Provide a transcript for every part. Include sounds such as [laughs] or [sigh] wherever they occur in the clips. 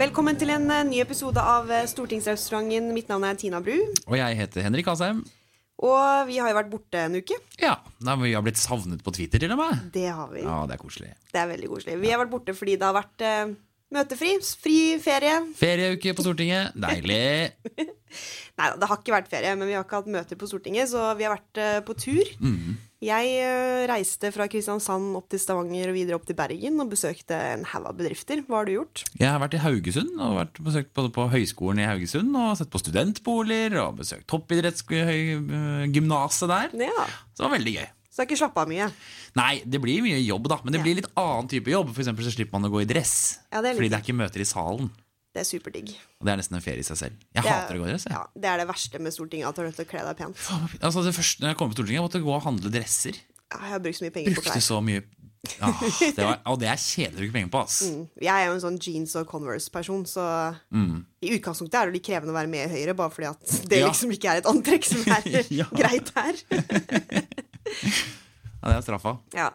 Velkommen til en eh, ny episode av eh, Stortingsrestauranten. Mitt navn er Tina Bru. Og jeg heter Henrik Asheim. Og vi har jo vært borte en uke. Ja, nei, men Vi har blitt savnet på Twitter, til og med. Det har vi. Ja, det er koselig. Det er veldig koselig. Vi har vært borte fordi det har vært eh, møtefri. Fri ferie. Ferieuke på Stortinget. Deilig. Nei da, det har ikke vært ferie, men vi har ikke hatt møter på Stortinget, så vi har vært eh, på tur. Mm. Jeg eh, reiste fra Kristiansand opp til Stavanger og videre opp til Bergen og besøkte en haug av bedrifter. Hva har du gjort? Jeg har vært i Haugesund og vært besøkt både på høyskolen i Haugesund og sett på studentboliger og besøkt toppidrettsgymnaset der. Ja, Så det var veldig gøy. Så du har ikke slappa av mye? Nei, det blir mye jobb, da. Men det Ja. blir litt annen type jobb. For eksempel så slipper man å gå i dress. Ja, det er litt fordi det er ikke møter i salen. Det er superdigg. Og det er nesten en ferie i seg selv. Jeg Det er- hater å gå i dress. Jeg. Ja, det er det verste med Stortinget, at du har nødt til å kle deg pent. Altså, det første når jeg kom på Stortinget, jeg måtte gå og handle dresser. Ja, Jeg har brukt så mye penger på klær. Brukte så mye ah, det var, Og det er kjedelig å bruke penger på, ass. Mm. Jeg er jo en sånn jeans og Converse-person, så i utgangspunktet er det jo litt krevende å være med i Høyre, bare fordi at det Mm. Ja. liksom ikke er et antrekk som er [laughs] Ja. [laughs] greit her. Ja, det er straffa. Ja.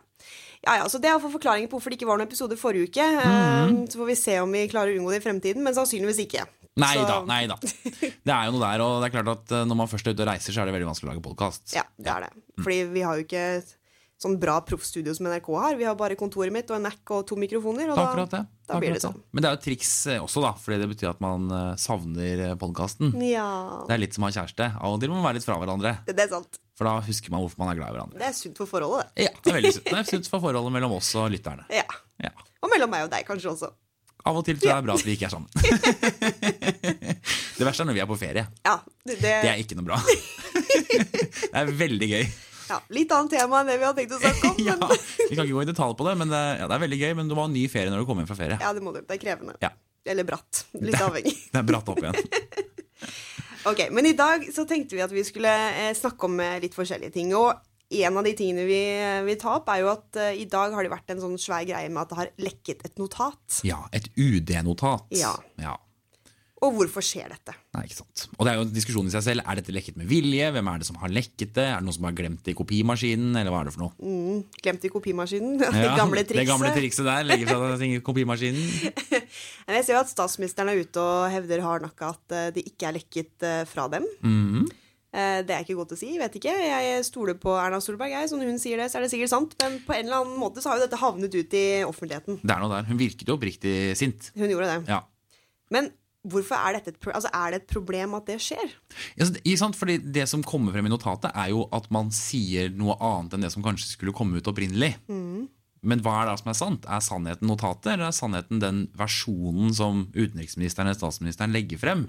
ja, ja, så det er for forklaringen på hvorfor det ikke var noen episode forrige uke. Eh, Mm. Så får vi se om vi klarer å unngå det i fremtiden, men sannsynligvis ikke. Nei Så- da, nei da. Det er jo noe der, og det er klart at eh, når man først er ute og reiser, så er det veldig vanskelig å lage podkast. Ja, det er det. Fordi Mm. vi har jo ikke et sånn bra proffstudio som NRK har. Vi har bare kontoret mitt og en Mac og to mikrofoner, og Akkurat det. da, da blir det Akkurat sånn. Men det er jo et triks eh, også, da, fordi det betyr at man eh, savner podkasten. Ja, Det er litt som å ha kjæreste. Av og til må man være litt fra hverandre, det er sant. for da husker man hvorfor man er glad i hverandre. Det er sunt for forholdet, det. Ja, det er veldig sunt. Det er sunt for forholdet mellom oss og lytterne. Ja. Ja. Og mellom meg og deg kanskje også. Av og til tror jeg det er bra at vi ikke er sammen. [laughs] Det verste er når vi er på ferie. Ja, det, Det er ikke noe bra. [laughs] Det er veldig gøy. Ja, Litt annet tema enn det vi hadde tenkt å snakke [laughs] om. Ja, Men... vi kan ikke gå i detalj på det, men det, ja, det er veldig gøy. Men du må ha en ny ferie når du kommer hjem fra ferie. Ja, det må du. Det er krevende. Ja. Eller bratt. Litt avhengig. Det er bratt opp [laughs] igjen. Ok, Men i dag så tenkte vi at vi skulle eh, snakke om eh, litt forskjellige ting. Og en av de tingene vi eh, vil ta opp, er jo at eh, i dag har det vært en sånn svær greie med at det har lekket et notat. Ja, et UD-notat. Ja. Og hvorfor skjer dette? Nei, ikke sant. Og det er jo en diskusjon i seg selv. Er dette lekket med vilje? Hvem er det som har lekket det? Er det noen som har glemt det i kopimaskinen, eller hva er det for noe? Glemt i kopimaskinen? [laughs] det Ja, gamle Det trikset? gamle trikset der. Legge fra deg ting i kopimaskinen. Men Jeg ser jo at statsministeren er ute og hevder hardnakka at eh, det ikke er lekket eh, fra dem. Eh, Det er ikke godt å si, vet ikke. Jeg stoler på Erna Solberg, jeg. Så når hun sier det, så er det sikkert sant. Men på en eller annen måte så har jo dette havnet ut i offentligheten. Det er noe der. Hun virket jo oppriktig sint. Hun gjorde det. Ja. Men hvorfor er, dette et, pro- altså, er det et problem at det skjer? Ja, så det- ikke sant? Fordi Det som kommer frem i notatet, er jo at man sier noe annet enn det som kanskje skulle komme ut opprinnelig. Men hva er det som er sant? Er sannheten notatet, eller er sannheten den versjonen som utenriksministeren eller statsministeren legger frem?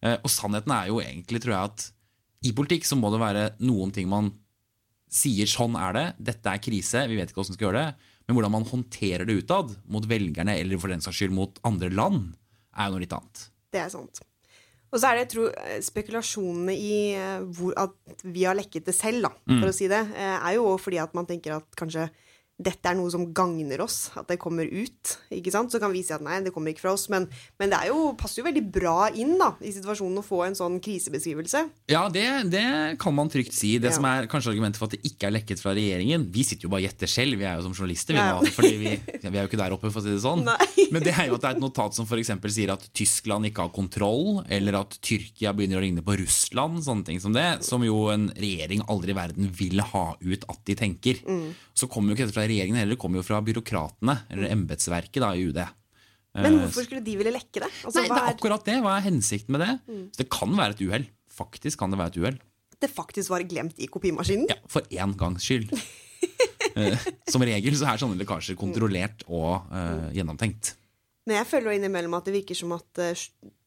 Eh, og sannheten er jo egentlig, tror jeg, at i politikk så må det være noen ting man sier sånn er det, dette er krise, vi vet ikke hvordan vi skal gjøre det. Men hvordan man håndterer det utad, mot velgerne eller for den saks skyld mot andre land, er jo noe litt annet. Det er sant. Og så er det jeg tror, eh, spekulasjonene i eh, hvor, at vi har lekket det selv, da, for å si det, eh, er jo også fordi at man tenker at kanskje dette er noe som gagner oss, at det kommer ut. ikke sant? Så kan vi si at nei, det kommer ikke fra oss, men, men det er jo, passer jo veldig bra inn da, i situasjonen å få en sånn krisebeskrivelse. Ja, det, det kan man trygt si. Det Ja. som er kanskje argumentet for at det ikke er lekket fra regjeringen Vi sitter jo bare og gjetter selv, vi er jo som journalister. Vi, Ja. nå, fordi vi, vi er jo ikke der oppe, for å si det sånn. Nei. Men det er jo at det er et notat som f.eks. sier at Tyskland ikke har kontroll, eller at Tyrkia begynner å ligne på Russland, sånne ting som det. Som jo en regjering aldri i verden vil ha ut at de tenker. Mm. Så kommer jo ikke dette fra regjeringen heller, det kommer jo fra byråkratene, eller embetsverket da, i UD. Men Eh, hvorfor skulle de ville lekke det? Altså, Nei, det hva er er Mm. akkurat det. Hva er hensikten med det? Så det kan være et uhell. Faktisk kan det være et uhell. det faktisk var glemt i kopimaskinen? Ja, for én gangs skyld. [laughs] Eh, Som regel så er sånne lekkasjer kontrollert og eh, gjennomtenkt. Men jeg føler jo innimellom at det virker som at eh,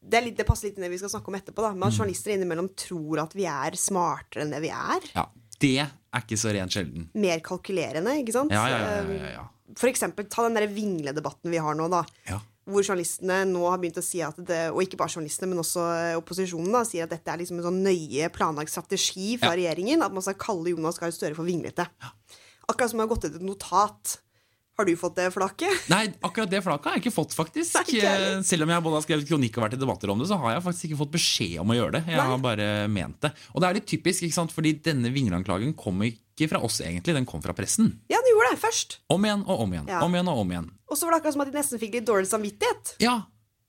det, er litt, det passer litt inn i det vi skal snakke om etterpå, da, men at journalister innimellom tror at vi er smartere enn det vi er. Ja, Det er ikke så rent sjelden. Mer kalkulerende, ikke sant? Eh, Ja, ja, ja, ja, ja, ja. For eksempel, ta den der vingledebatten vi har nå, da. Ja. Hvor journalistene nå har begynt å si at det, og ikke bare journalistene, men også eh, opposisjonen, da, sier at dette er liksom en sånn nøye planlagt strategi fra regjeringen. At man skal kalle Jonas Gahr Støre for vinglete. Akkurat som det har gått ut et notat. Har du fått det flaket? Nei, akkurat det flaket har jeg ikke fått, faktisk. Nei, ikke heller. Eh, Selv om jeg både har skrevet kronikk og vært i debatter om det, så har jeg faktisk ikke fått beskjed om å gjøre det. Jeg har bare ment det. Og det er litt typisk, ikke sant? fordi denne vingleanklagen kom ikke fra oss, egentlig. Den kom fra pressen. Ja, det gjorde det først. Om igjen og om igjen. Ja. Om igjen og om igjen. Og så var det akkurat som at de nesten fikk litt dårlig samvittighet. Ja,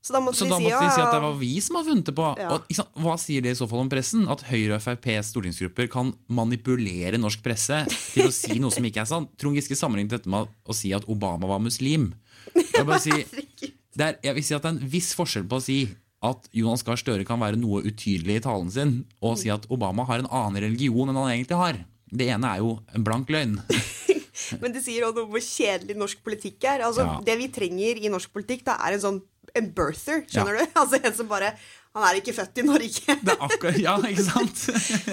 Så da måtte Så vi da si måtte vi si at ja, det var vi som har funnet det på. Ja. Og, ikke sant, hva sier det i så fall om pressen? At Høyre og FrPs stortingsgrupper kan manipulere norsk presse til å si noe som ikke er sant? Trond Giske sammenlignet dette med å si at Obama var muslim. Jeg, [laughs] bare si, det er, jeg vil si at det er en viss forskjell på å si at Jonas Gahr Støre kan være noe utydelig i talen sin, og si at Obama har en annen religion enn han egentlig har. Det ene er jo en blank løgn. [laughs] Men det sier også noe om hvor kjedelig norsk politikk er. Altså, Ja. Det vi trenger i norsk politikk, da er en sånn en birther, skjønner Ja. du? [laughs] Altså en som bare Han er ikke født i Norge. [laughs] Det er akkurat, ja, ikke sant?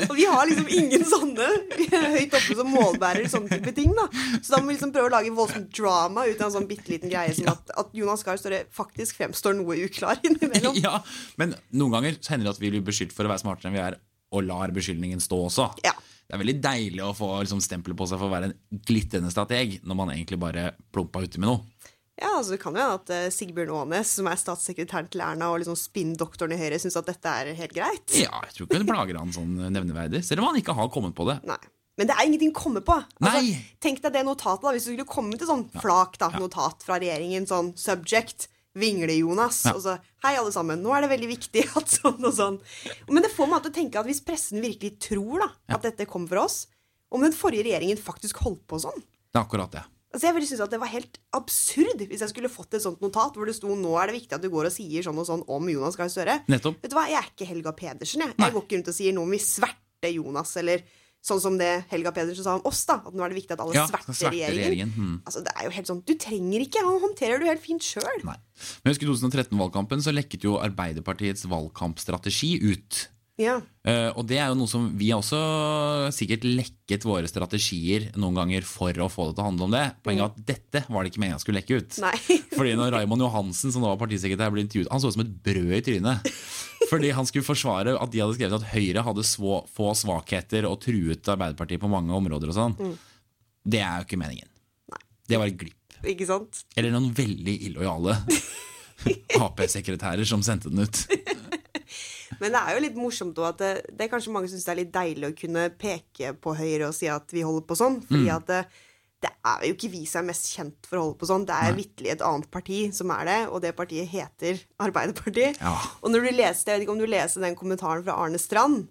Og vi har liksom ingen sånne [laughs] høyt oppe som målbærer sånne type ting, da. Så da må vi liksom prøve å lage voldsomt drama ut av en sånn bitte liten greie som at, at Jonas Gahr Støre faktisk fremstår noe uklar [laughs] [laughs] innimellom. Ja, men noen ganger så hender det at vi blir beskyldt for å være smartere enn vi er, og lar beskyldningen stå også. Ja. Det er veldig deilig å få liksom, stempelet på seg for å være en glitrende strateg, når man egentlig bare plumpa uti med noe. Ja, altså det kan jo hende at eh, Sigbjørn Aanes, som er statssekretæren til Erna og liksom spinndoktoren i Høyre, syns at dette er helt greit. Ja, jeg tror ikke det plager han sånn nevneverdig, selv om han ikke har kommet på det. Nei. Men det er ingenting å komme på. Altså, Nei. Tenk deg det notatet, da, hvis du skulle komme til sånn flak da, notat fra regjeringen, sånn subject, Vingle-Jonas, og så hei alle sammen, nå er det veldig viktig [laughs] at sånn og sånn. Men det får meg til å tenke at hvis pressen virkelig tror da, at dette kom fra oss, om den forrige regjeringen faktisk holdt på sånn. Det er akkurat det. Altså Jeg ville synes at det var helt absurd hvis jeg skulle fått et sånt notat hvor det sto 'Nå er det viktig at du går og sier sånn og sånn om Jonas Gahr Støre'. Nettopp. Vet du hva, jeg er ikke Helga Pedersen, jeg. Jeg går ikke rundt og sier noe om vi sverter Jonas, eller sånn som det Helga Pedersen sa om oss, da. At nå er det viktig at alle Ja, sverter, sverter regjeringen. regjeringen, hmm. Altså Det er jo helt sånn Du trenger ikke, han håndterer det jo helt fint sjøl. Nei. Men jeg husker i 2013-valgkampen så lekket jo Arbeiderpartiets valgkampstrategi ut. Ja. Eh, og det er jo noe som vi har også sikkert lekket våre strategier noen ganger for å få det til å handle om det. Poenget er at dette var det ikke meningen skulle lekke ut. Nei. [laughs] Fordi når Raymond Johansen, som da var partisekretær, ble intervjuet, han så ut som et brød i trynet. Fordi han skulle forsvare at de hadde skrevet at Høyre hadde svå, få svakheter og truet Arbeiderpartiet på mange områder og sånn. Det er jo ikke meningen. Det var et glipp. Ikke sant? Eller noen veldig illojale Ap-sekretærer som sendte den ut. Men det er jo litt morsomt også at det, det er kanskje mange som syns det er litt deilig å kunne peke på Høyre og si at vi holder på sånn, fordi Mm. at det, det er jo ikke vi som er mest kjent for å holde på sånn. Det er vitterlig et annet parti som er det, og det partiet heter Arbeiderpartiet. Ja. Og når du leste, jeg vet ikke om du leste den kommentaren fra Arne Strand,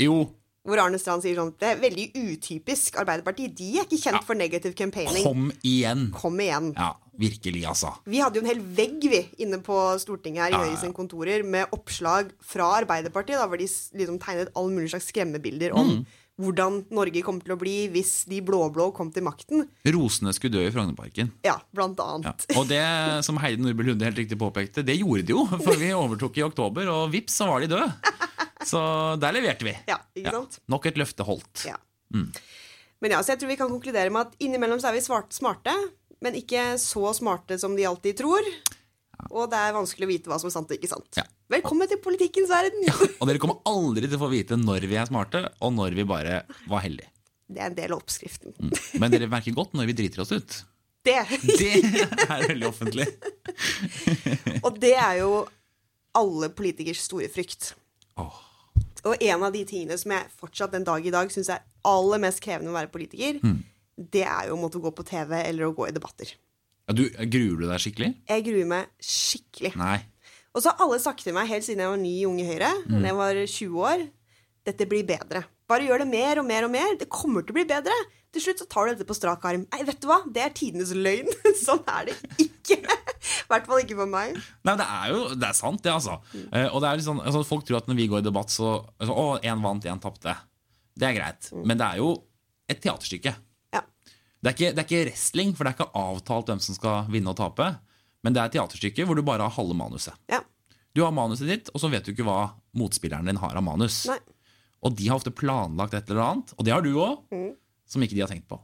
Jo, hvor Arne Strand sier sånn Det er veldig utypisk Arbeiderpartiet. De er ikke kjent for negative campaigning. kom igjen. Kom igjen. Ja, virkelig, altså. Vi hadde jo en hel vegg vi, inne på Stortinget her i Høyre sine kontorer med oppslag fra Arbeiderpartiet, da, hvor de s- liksom tegnet all mulig slags skremmebilder om hvordan Norge kommer til å bli hvis de blå-blå kom til makten. Rosene skulle dø i Frognerparken. Ja, blant Ja. annet. Og det som Heidi Nordby Lunde helt riktig påpekte, det gjorde de jo. For vi overtok i oktober, og vips, så var de døde. Så der leverte vi. Ja, Mm. ikke sant? Nok et løfte holdt. Ja. Men ja, så jeg tror vi kan konkludere med at innimellom så er vi svart, smarte, men ikke så smarte som de alltid tror. Og det er vanskelig å vite hva som er sant og ikke sant. Ja. Velkommen til politikkens verden! Og dere kommer aldri til å få vite når vi er smarte, og når vi bare var heldige. Det er en del av oppskriften. Men dere merker godt når vi driter oss ut. [laughs] Det Det er veldig offentlig. Og det er jo alle politikers store frykt. Åh. Og en av de tingene som jeg fortsatt den dag i dag syns er aller mest krevende å være politiker, Mm. det er jo å måtte gå på TV eller å gå i debatter. Ja, du, gruer du deg skikkelig? Jeg gruer meg skikkelig. Nei. Og så har alle sagt til meg helt siden jeg var ny i Unge Høyre, Mm. da jeg var 20 år, dette blir bedre. Bare gjør det mer og mer og mer. Det kommer til å bli bedre. Til slutt så tar du dette på strak arm. Nei, vet du hva? Det er tidenes løgn. [laughs] Sånn er det ikke. [laughs] I hvert fall ikke for meg. Nei, det er jo det er sant, det, altså. Eh, og det er litt sånn, altså. Folk tror at når vi går i debatt, så altså, Å, én vant, én tapte. Det er greit. Mm. Men det er jo et teaterstykke. Ja. Det er, ikke, det er ikke wrestling, for det er ikke avtalt hvem som skal vinne og tape. Men det er et teaterstykke hvor du bare har halve manuset. ja. Du har manuset ditt, og så vet du ikke hva motspilleren din har av manus. Nei. Og de har ofte planlagt et eller annet, og det har du òg, Mm. som ikke de har tenkt på.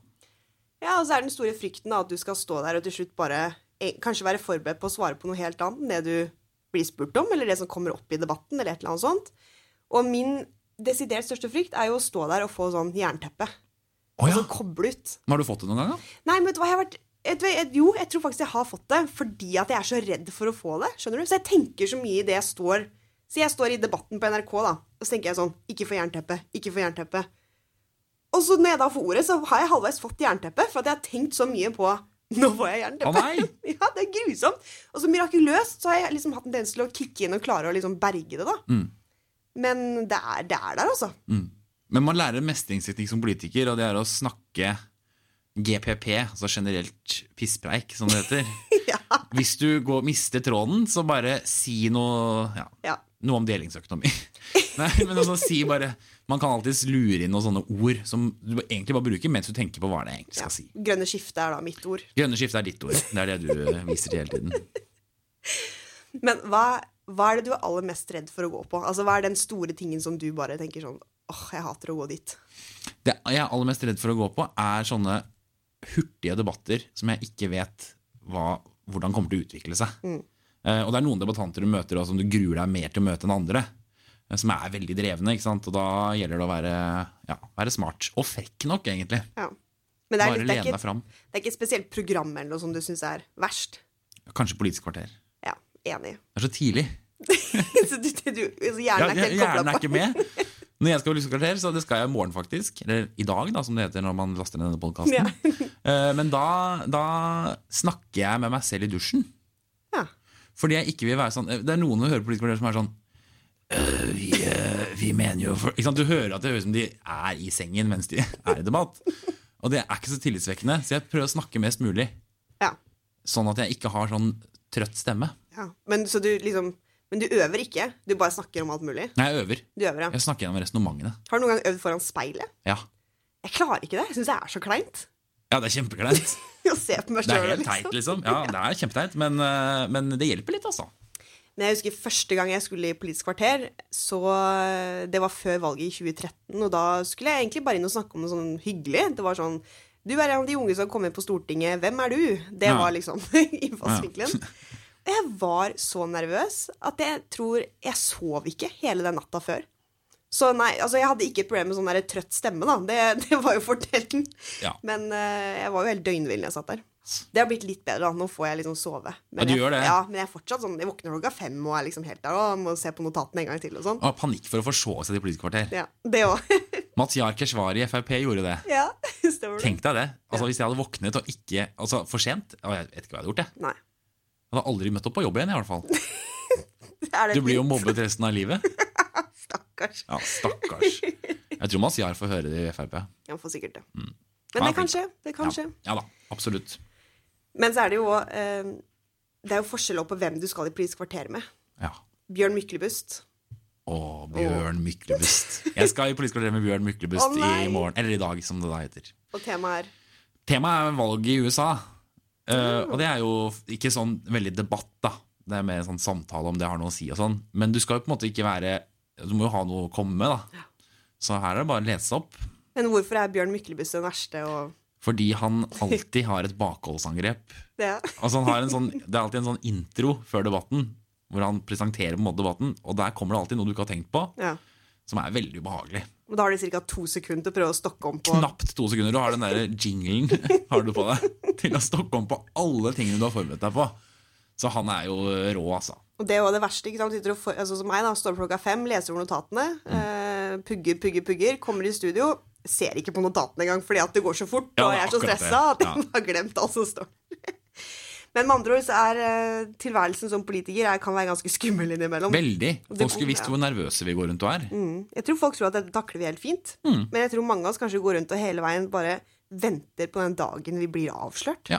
Ja, og så er den store frykten da, at du skal stå der og til slutt bare eh, kanskje være forberedt på å svare på noe helt annet enn det du blir spurt om, eller det som kommer opp i debatten, eller et eller annet sånt. Og min desidert største frykt er jo å stå der og få sånn jernteppe. Å Og ja. så koble ut. Men Har du fått det noen gang, da? Nei, men vet du hva, jeg har vært vet du hva, jeg- Jo, jeg tror faktisk jeg har fått det fordi at jeg er så redd for å få det. Skjønner du? Så jeg tenker så mye i det jeg står Så jeg står i debatten på NRK, da, og så tenker jeg sånn Ikke få jernteppe. Ikke få jernteppe. Og så når jeg da får ordet, så har jeg halvveis fått jernteppe, for at jeg har tenkt så mye på Nå får jeg jernteppe. Å, nei! [laughs] ja, det er grusomt. Og så mirakuløst så har jeg liksom hatt en tendens til å kikke inn og klare å liksom berge det, da. Mm. Men det er, det er der, altså. Men man lærer en mestringsteknikk som politiker, og det er å snakke GPP, altså generelt pisspreik, som det heter. [laughs] ja. Hvis du går, mister tråden, så bare si noe ja, ja. Noe om delingsøkonomi. Nei, men altså, si bare Man kan alltids lure inn noen sånne ord som du egentlig bare bruker mens du tenker på hva det er jeg egentlig skal si. Grønne skifte er da mitt ord. Grønne skifte er ditt ord. Det er det du eh, viser til hele tiden. Men hva, hva er det du er aller mest redd for å gå på? Altså, Hva er den store tingen som du bare tenker sånn åh, jeg hater å gå dit. Det jeg er aller mest redd for å gå på, er sånne hurtige debatter som jeg ikke vet hva, hvordan kommer til å utvikle seg. Mm. Eh, og det er noen debattanter du møter også, som du gruer deg mer til å møte enn andre. eh, Som er veldig drevne, ikke sant? og da gjelder det å være, ja, være smart. Og frekk nok, egentlig. Ja. Men det er, Bare litt, det, lene er deg ikke, fram. det er ikke et spesielt program eller noe som du syns er verst. Kanskje Politisk kvarter. Ja, enig. [laughs] Det er så tidlig. så du, du, altså, hjernen er ikke helt hjernen kobla er på. ikke med. Når jeg skal på Politisk kvarter, så det skal jeg i morgen, faktisk. Eller i dag, da, som det heter når man laster ned denne podkasten. Ja. [laughs] Men da, da snakker jeg med meg selv i dusjen. Ja. Fordi jeg ikke vil være sånn Det er noen som hører politikere som er sånn «Øh, vi, øh, vi mener jo for, ikke sant? Du hører at det høres ut som de er i sengen mens de er i debatt. Og det er ikke så tillitsvekkende, så jeg prøver å snakke mest mulig. Ja, Sånn at jeg ikke har sånn trøtt stemme. ja. Men, så du, liksom, men du øver ikke? Du bare snakker om alt mulig? Nei, jeg øver. Du øver, ja. Jeg snakker gjennom resonnementene. Har du noen gang øvd foran speilet? Ja. Jeg klarer ikke det. Jeg syns det er så kleint [laughs] ja, det er kjempekleint. å se på meg Det er sjøl. helt teit, liksom. Ja, det er kjempeteit, men, øh, men det hjelper litt, altså. Men jeg husker første gang jeg skulle i Politisk kvarter, så eh, Det var før valget i 2013, og da skulle jeg egentlig bare inn og snakke om noe sånn hyggelig. Det var sånn Du er en av de unge som kommer på Stortinget. Hvem er du? Det Ja. var liksom [laughs] innfallsvinkelen. Og jeg var så nervøs at jeg tror jeg sov ikke hele den natta før. Så nei, altså jeg hadde ikke et problem med sånn der trøtt stemme, da. Det, det [laughs] var jo fordelen. Ja. Men eh, jeg var jo helt døgnvill når jeg satt der. Det har blitt litt bedre, da. Nå får jeg liksom sove. Men Ja, du jeg, gjør det. Ja, men jeg er fortsatt sånn Jeg våkner klokka fem og er liksom helt der og må se på notatene en gang til og sånn. Å, panikk for å forsove seg til Politisk kvarter. Ja, det òg. Matyar Keshvari i Frp gjorde det. [laughs] ja, stemmer det. Tenk deg det. Altså, Hvis jeg hadde våknet og ikke altså, for sent å, Jeg vet ikke hva jeg hadde gjort. Jeg Nei. Jeg hadde aldri møtt opp på jobb igjen. i hvert fall Er det Du blir jo fint? mobbet resten av livet. Stakkars. Ja, Stakkars. Jeg tror Mazyar får høre det i Frp. Han får sikkert det. Mm. Ja, Men det kan fint. skje. Det kan Ja, skje. ja da, absolutt. Men så er det jo òg Det er jo forskjell også på hvem du skal i Politisk kvarter med. Ja. Bjørn Myklebust. Å, Bjørn Myklebust. Jeg skal i Politisk kvarter med Bjørn Myklebust Å, nei. i morgen. Eller i dag, som det da heter. Og temaet er Temaet er valget i USA. Eh, og det er jo ikke sånn veldig debatt, da. Det er mer sånn samtale om det har noe å si og sånn. Men du skal jo på en måte ikke være Du må jo ha noe å komme med, da. Så her er det bare å lese opp. Men hvorfor er Bjørn Myklebust den verste? Og Fordi han alltid har et bakholdsangrep. det Altså han har en sånn, Det er alltid en sånn intro før debatten, hvor han presenterer på en måte debatten, og der kommer det alltid noe du ikke har tenkt på, Ja. som er veldig ubehagelig. Og da har de ca. to sekunder til å prøve å stokke om på Knapt to sekunder, du har den der jinglen har du på deg til å stokke om på alle tingene du har forberedt deg på. Så han er jo rå, altså. Og det er jo det verste. ikke sant? Sitter og for, altså som meg, da, står opp klokka fem, leser over notatene, Mm. eh, pugger, pugger, pugger, kommer i studio, ser ikke på notatene engang fordi at det går så fort, Ja, og det er jeg er så akkurat det. stressa at jeg Ja. [laughs] har glemt alt som står Men med andre ord så er eh, tilværelsen som politiker er, kan være ganske skummel innimellom. Veldig. Det- Folk skulle visst hvor nervøse vi går rundt og er. Mm. Jeg tror folk tror at dette takler vi helt fint, Mm. men jeg tror mange av oss kanskje går rundt og hele veien bare venter på den dagen vi blir avslørt. Ja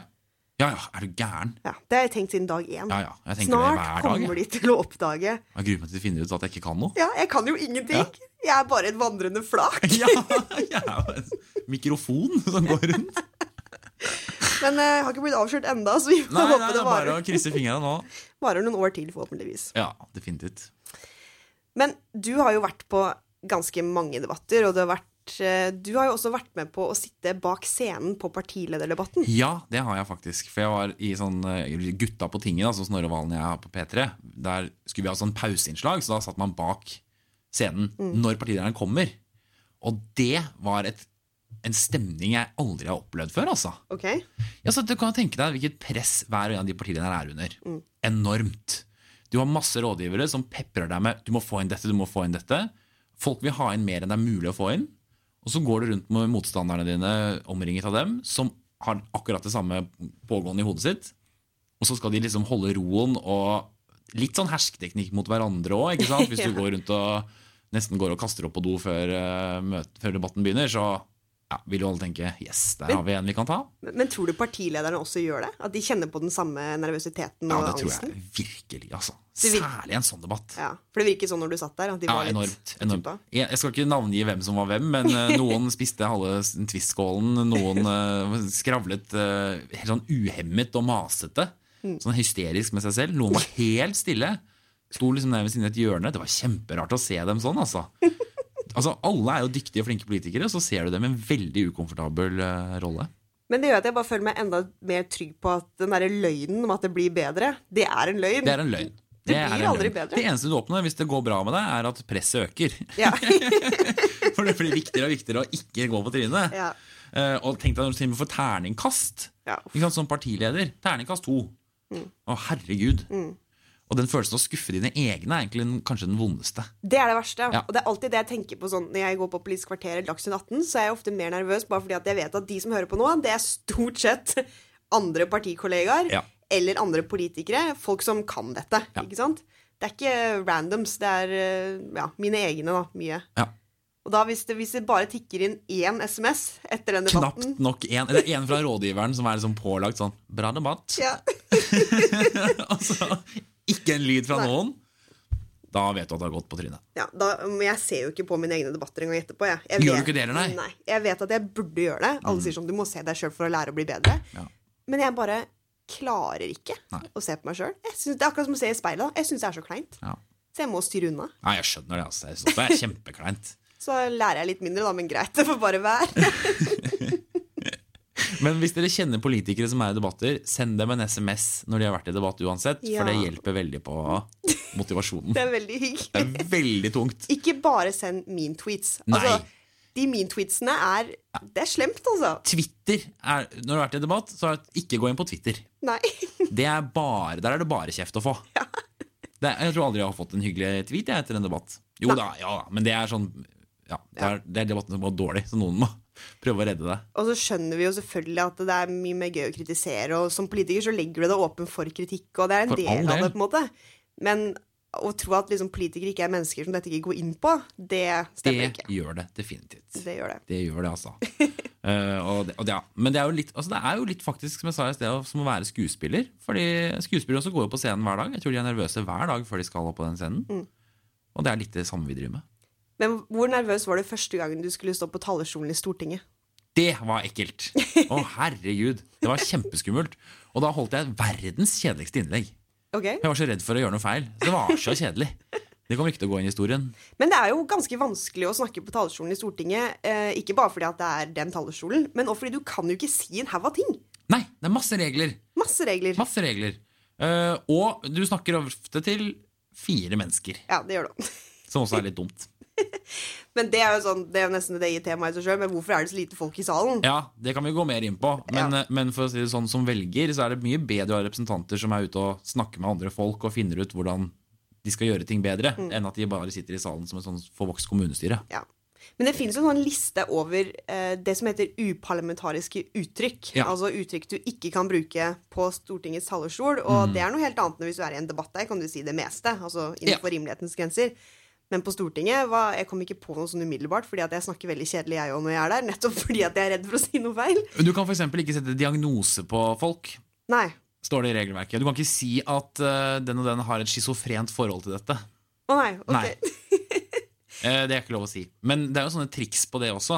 ja, ja er du gæren? Ja, Det har jeg tenkt siden dag én. Ja ja, jeg tenker det Snart hver dag. kommer Jeg. de til å oppdage jeg gruer meg til de finner ut at jeg ikke kan noe. [laughs] Ja, jeg kan jo ingenting. Jeg er bare et vandrende flak. Ja, jeg er jo en mikrofon som går rundt. [laughs] Men eh, jeg har ikke blitt avslørt enda, så vi får Nei, håpe nei, det det er bare varer, å krysse fingrene nå. varer noen år til, forhåpentligvis. Ja, definitivt. Men du har jo vært på ganske mange debatter, og du har, vært, eh, du har jo også vært med på å sitte bak scenen på partilederdebatten. Ja, det har jeg faktisk. For jeg var i sånn eh, Gutta på tinget, da, som Snorre Valen og jeg har på P3. Der skulle vi ha sånn pauseinnslag, så da satt man bak scenen når partilederen kommer. Og det var et, en stemning jeg aldri har opplevd før, altså. Ok? Ja, så Du kan tenke deg hvilket press hver og en av de partilederne er under. Enormt. Du har masse rådgivere som peprer deg med 'du må få inn dette', 'du må få inn dette'. Folk vil ha inn mer enn det er mulig å få inn. Og så går du rundt med motstanderne dine omringet av dem, som har akkurat det samme pågående i hodet sitt. Og så skal de liksom holde roen og litt sånn hersketeknikk mot hverandre òg. Hvis du går rundt og nesten går og kaster opp på do før, eh, møt, før debatten begynner, så ja, vil jo alle tenke Yes, der har vi en vi kan ta. Men, men tror du partilederne også gjør det? At de kjenner på den samme nervøsiteten Ja, og det tror angsten? jeg virkelig. altså. Det vil- Særlig en sånn debatt. Ja, For det virker sånn når du satt der, at de Ja, var enormt. litt enormt. tuppa. Jeg, jeg skal ikke navngi hvem som var hvem, men [laughs] eh, noen spiste halve s- twist-skålen, noen eh, skravlet eh, helt sånn uhemmet og masete, Mm. sånn hysterisk med seg selv. Noen var helt stille, sto liksom nærmest inne i et hjørne. Det var kjemperart å se dem sånn, [laughs] altså. Altså, Alle er jo dyktige og flinke politikere, så ser du dem i en veldig ukomfortabel eh, rolle. Men det gjør at jeg bare føler meg enda mer trygg på at den derre løgnen om at det blir bedre, det er en løgn. Det er en løgn. Det er blir en aldri løgn. bedre. Det eneste du oppnår hvis det går bra med deg, er at presset øker. Ja. [laughs] For det blir viktigere og viktigere å ikke gå på trynet. Ja. Eh, og tenk deg når du til og med får terningkast Ja. Mm. ikke sant, som partileder. Terningkast to. Å, herregud. Og den følelsen av å skuffe dine egne er egentlig den, kanskje den vondeste. Det er det verste. Ja. Og det er alltid det jeg tenker på sånn når jeg går på Politisk kvarter eller Dagsnytt 18, så er jeg ofte mer nervøs bare fordi at jeg vet at de som hører på nå, det er stort sett [laughs] andre partikollegaer Ja. eller andre politikere. Folk som kan dette, Ja. ikke sant? Det er ikke randoms, det er eh, ja, mine egne, da, mye. Ja. Og da hvis det, hvis det bare tikker inn én SMS etter den debatten Knapt nok en, eller en fra rådgiveren som er liksom pålagt sånn 'bra debatt', ja. [laughs] altså ikke en lyd fra Nei. noen, da vet du at du har gått på trynet. Ja, da, men jeg ser jo ikke på mine egne debatter engang etterpå. Jeg. Jeg Gjør vet- du ikke det, eller nei? Mm. Nei, jeg vet at jeg burde gjøre det. Alle sier sånn, du må se deg sjøl for å lære å bli bedre. Ja. Men jeg bare klarer ikke Nei. å se på meg sjøl. Det er akkurat som å se i speilet. da. Jeg syns det er så kleint. Ja. Så jeg må styre unna. Nei, jeg skjønner det. altså. Jeg synes det er kjempekleint. Så lærer jeg litt mindre, da, men greit. [laughs] Det får bare være. Men hvis dere kjenner politikere som er i debatter, send dem en SMS når de har vært i debatt uansett, Ja. for det hjelper veldig på motivasjonen. [laughs] Det er veldig Det hyggelig. er veldig tungt. Ikke bare send mean tweets. Nei. Altså, de mean tweetsene er Det er slemt, altså. Twitter er, Når du har vært i debatt, så er det ikke gå inn på Twitter. Nei. [laughs] Det er bare, der er det bare kjeft å få. Det er, jeg tror aldri jeg har fått en hyggelig tweet jeg, etter en debatt. Jo da, ja da, men det er sånn ja, det, er, det er debatten som var dårlig, så noen må prøve å redde det. Og så skjønner vi jo selvfølgelig at det er mye mer gøy å kritisere, og som politiker så legger du deg åpen for kritikk, og det er en For all del av del. det, på en måte. Men å tro at liksom politikere ikke er mennesker som dette ikke går inn på, det Det stemmer ikke. gjør det definitivt. Det gjør det. Det gjør det, altså. [laughs] Eh, og det, og det, ja. Men det er, jo litt, altså det er jo litt faktisk som jeg sa i sted, som å være skuespiller. Fordi skuespillere også går jo på scenen hver dag. Jeg tror de er nervøse hver dag før de skal opp på den scenen. Og det er litt det samme vi driver med. Men hvor nervøs var du første gangen du skulle stå på talerstolen i Stortinget? Det var ekkelt! Å, herregud! Det var kjempeskummelt. Og da holdt jeg verdens kjedeligste innlegg. Ok? Jeg var så redd for å gjøre noe feil. Det var så kjedelig. Det kommer ikke til å gå inn i historien. Men det er jo ganske vanskelig å snakke på talerstolen i Stortinget, eh, ikke bare fordi at det er den talerstolen, men også fordi du kan jo ikke si en haug av ting. Nei, det er masse regler! Masse regler. Masse regler. Eh, og du snakker ofte til fire mennesker, Ja, det gjør du. [laughs] som også er litt dumt. Men det er jo sånn, det er jo nesten et eget tema i seg sjøl, men hvorfor er det så lite folk i salen? Ja, det kan vi gå mer inn på. Men, men for å si det sånn, som velger så er det mye bedre å ha representanter som er ute og snakker med andre folk og finner ut hvordan de skal gjøre ting bedre, enn at de bare sitter i salen som et sånn forvokst kommunestyre. Ja. Men det finnes jo en sånn liste over eh, det som heter uparlamentariske uttrykk. Ja. Altså uttrykk du ikke kan bruke på Stortingets talerstol. Mm. Og det er noe helt annet enn hvis du er i en debatt der, kan du si det meste. Altså innenfor rimelighetens grenser. Men på Stortinget hva, jeg kom ikke på noe sånn umiddelbart, fordi at jeg snakker veldig kjedelig jeg òg når jeg er der. Nettopp fordi at jeg er redd for å si noe feil. Du kan f.eks. ikke sette diagnose på folk, Nei. står det i regelverket. Du kan ikke si at eh, den og den har et schizofrent forhold til dette. Å nei. Ok. Nei. [laughs] Eh, Det er ikke lov å si. Men det er jo sånne triks på det også.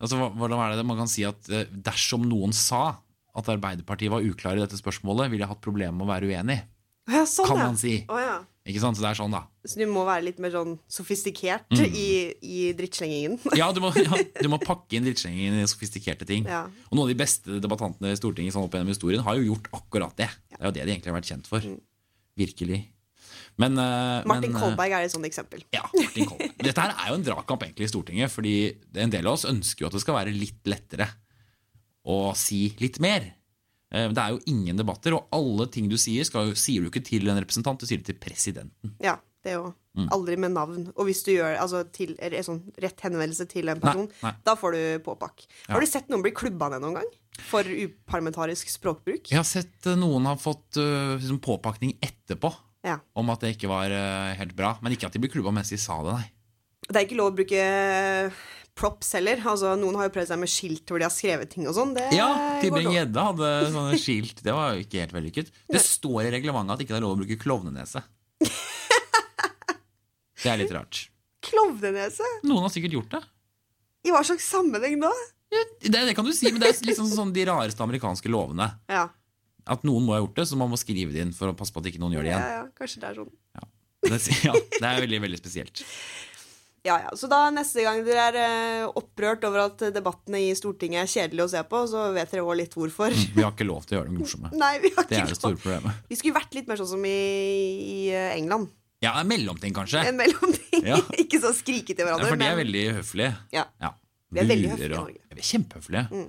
Altså, hva- hvordan er det Man kan si at eh, dersom noen sa at Arbeiderpartiet var uklar i dette spørsmålet, ville jeg hatt problemer med å være uenig. Å ja, sånn, Kan ja. man si. Å ja. Ikke sant? Så det er sånn, da. Så du må være litt mer sånn sofistikert Mm. i, i drittslengingen. [laughs] Ja, du må, ja, du må pakke inn drittslengingen i sofistikerte ting. Ja. Og noen av de beste debattantene i Stortinget sånn opp gjennom historien har jo gjort akkurat det. Det er jo det de egentlig har vært kjent for. Virkelig. Men, eh, Mm. Martin men, eh, Kolberg er et sånt eksempel. Ja, Martin Kolberg. Dette her er jo en dragkamp egentlig i Stortinget, fordi en del av oss ønsker jo at det skal være litt lettere å si litt mer. Eh, Det er jo ingen debatter, og alle ting du sier, skal, jo- sier du ikke til en representant, du sier det til presidenten. Ja. Det er jo Mm. aldri med navn. Og hvis du gjør altså, til, er det sånn rett henvendelse til en person, nei. da får du påpakk. Ja. Har du sett noen bli klubba ned noen gang? For uparlamentarisk språkbruk? Jeg har sett eh, noen har fått eh, liksom påpakning etterpå Ja. om at det ikke var eh, helt bra. Men ikke at de ble klubba mens de sa det, nei. Det er ikke lov å bruke eh, props heller. Altså, noen har jo prøvd seg med skilt hvor de har skrevet ting og sånn. Det Ja, går dårlig. Tibring-Gjedde hadde sånne skilt. Det var jo ikke helt vellykket. Det står i reglementet at ikke det er lov å bruke [laughs] klovnenese. Det er litt rart. Klovnenese? Noen har sikkert gjort det. I hva slags sammenheng da? Ja, Det, det kan du si, men det er liksom sånn, de rareste amerikanske lovene. Ja, At noen må ha gjort det, så man må skrive det inn for å passe på at ikke noen gjør det ja, igjen. ja kanskje det er sånn. Det, ja, det er veldig, veldig spesielt. Ja, ja. Så da neste gang dere er eh, opprørt over at debattene i Stortinget er kjedelige å se på, så vet dere også litt hvorfor. Vi har ikke lov til å gjøre dem morsomme. [laughs] Nei, vi har Mm. Det ikke er det store problemet. Vi skulle vært litt mer sånn som i, i eh, England. Ja, det er mellomting, kanskje. En mellomting. Ja. [laughs] ikke så skrike til Ja, hverandre. for de er men- veldig høflige. Ja. Ja. Vi er veldig Lurer høflige i og- Norge. Mm. Ja, Vi er kjempehøflige.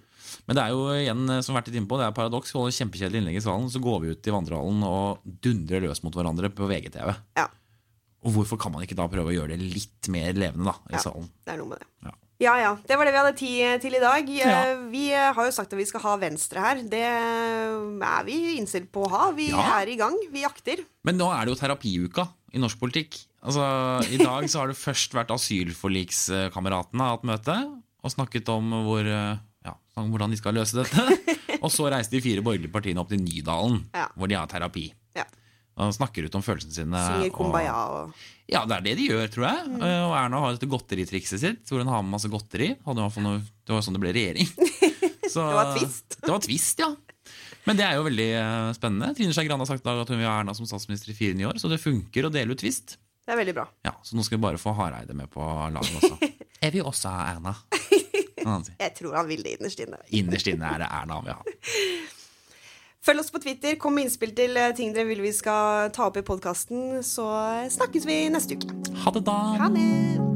Men det er jo igjen, eh, som vi har vært litt inne på, det er paradoks. Vi holder kjempekjedelig innlegg i salen, så går vi ut i vandrehallen og dundrer løs mot hverandre på VGTV. Ja. Og hvorfor kan man ikke da prøve å gjøre det litt mer levende, da, i Ja. salen? Det er noe med det. Ja. Ja ja. Det var det vi hadde tid til i dag. Ja. Eh, Vi eh, har jo sagt at vi skal ha Venstre her. Det eh, er vi innstilt på å ha. Vi Ja. er i gang. Vi jakter. Men nå er det jo terapiuka i norsk politikk. Altså, I dag så har det først vært asylforlikskameratene har hatt møte og snakket om, hvor, eh, ja, snakket om hvordan de skal løse dette. [laughs] Og så reiste de fire borgerlige partiene opp til Nydalen, Ja. hvor de har terapi. Ja. Og snakker ut om følelsene sine. Synger kumbaya og ja, det er det de gjør, tror jeg. Mm. Eh, Og Erna har dette godteritrikset sitt, hvor hun har med masse godteri. Hadde i hvert fall noe, det var sånn det ble regjering. [laughs] Så- Det var twist. Det var twist, ja. Men det er jo veldig eh, spennende. Trine Skei Grande har sagt i dag at hun vil ha Erna som statsminister i fire nye år, så det funker å dele ut twist. Det er veldig bra. Ja, Så nå skal vi bare få Hareide med på laget [laughs] også. Jeg vil også ha Erna. kan han si. Jeg tror han vil det innerst inne. Innerst inne er det Erna han vil ha. Følg oss på Twitter. Kom med innspill til eh, ting dere vil vi skal ta opp i podkasten. Så eh, snakkes vi neste uke. Ha det, da. Ha det!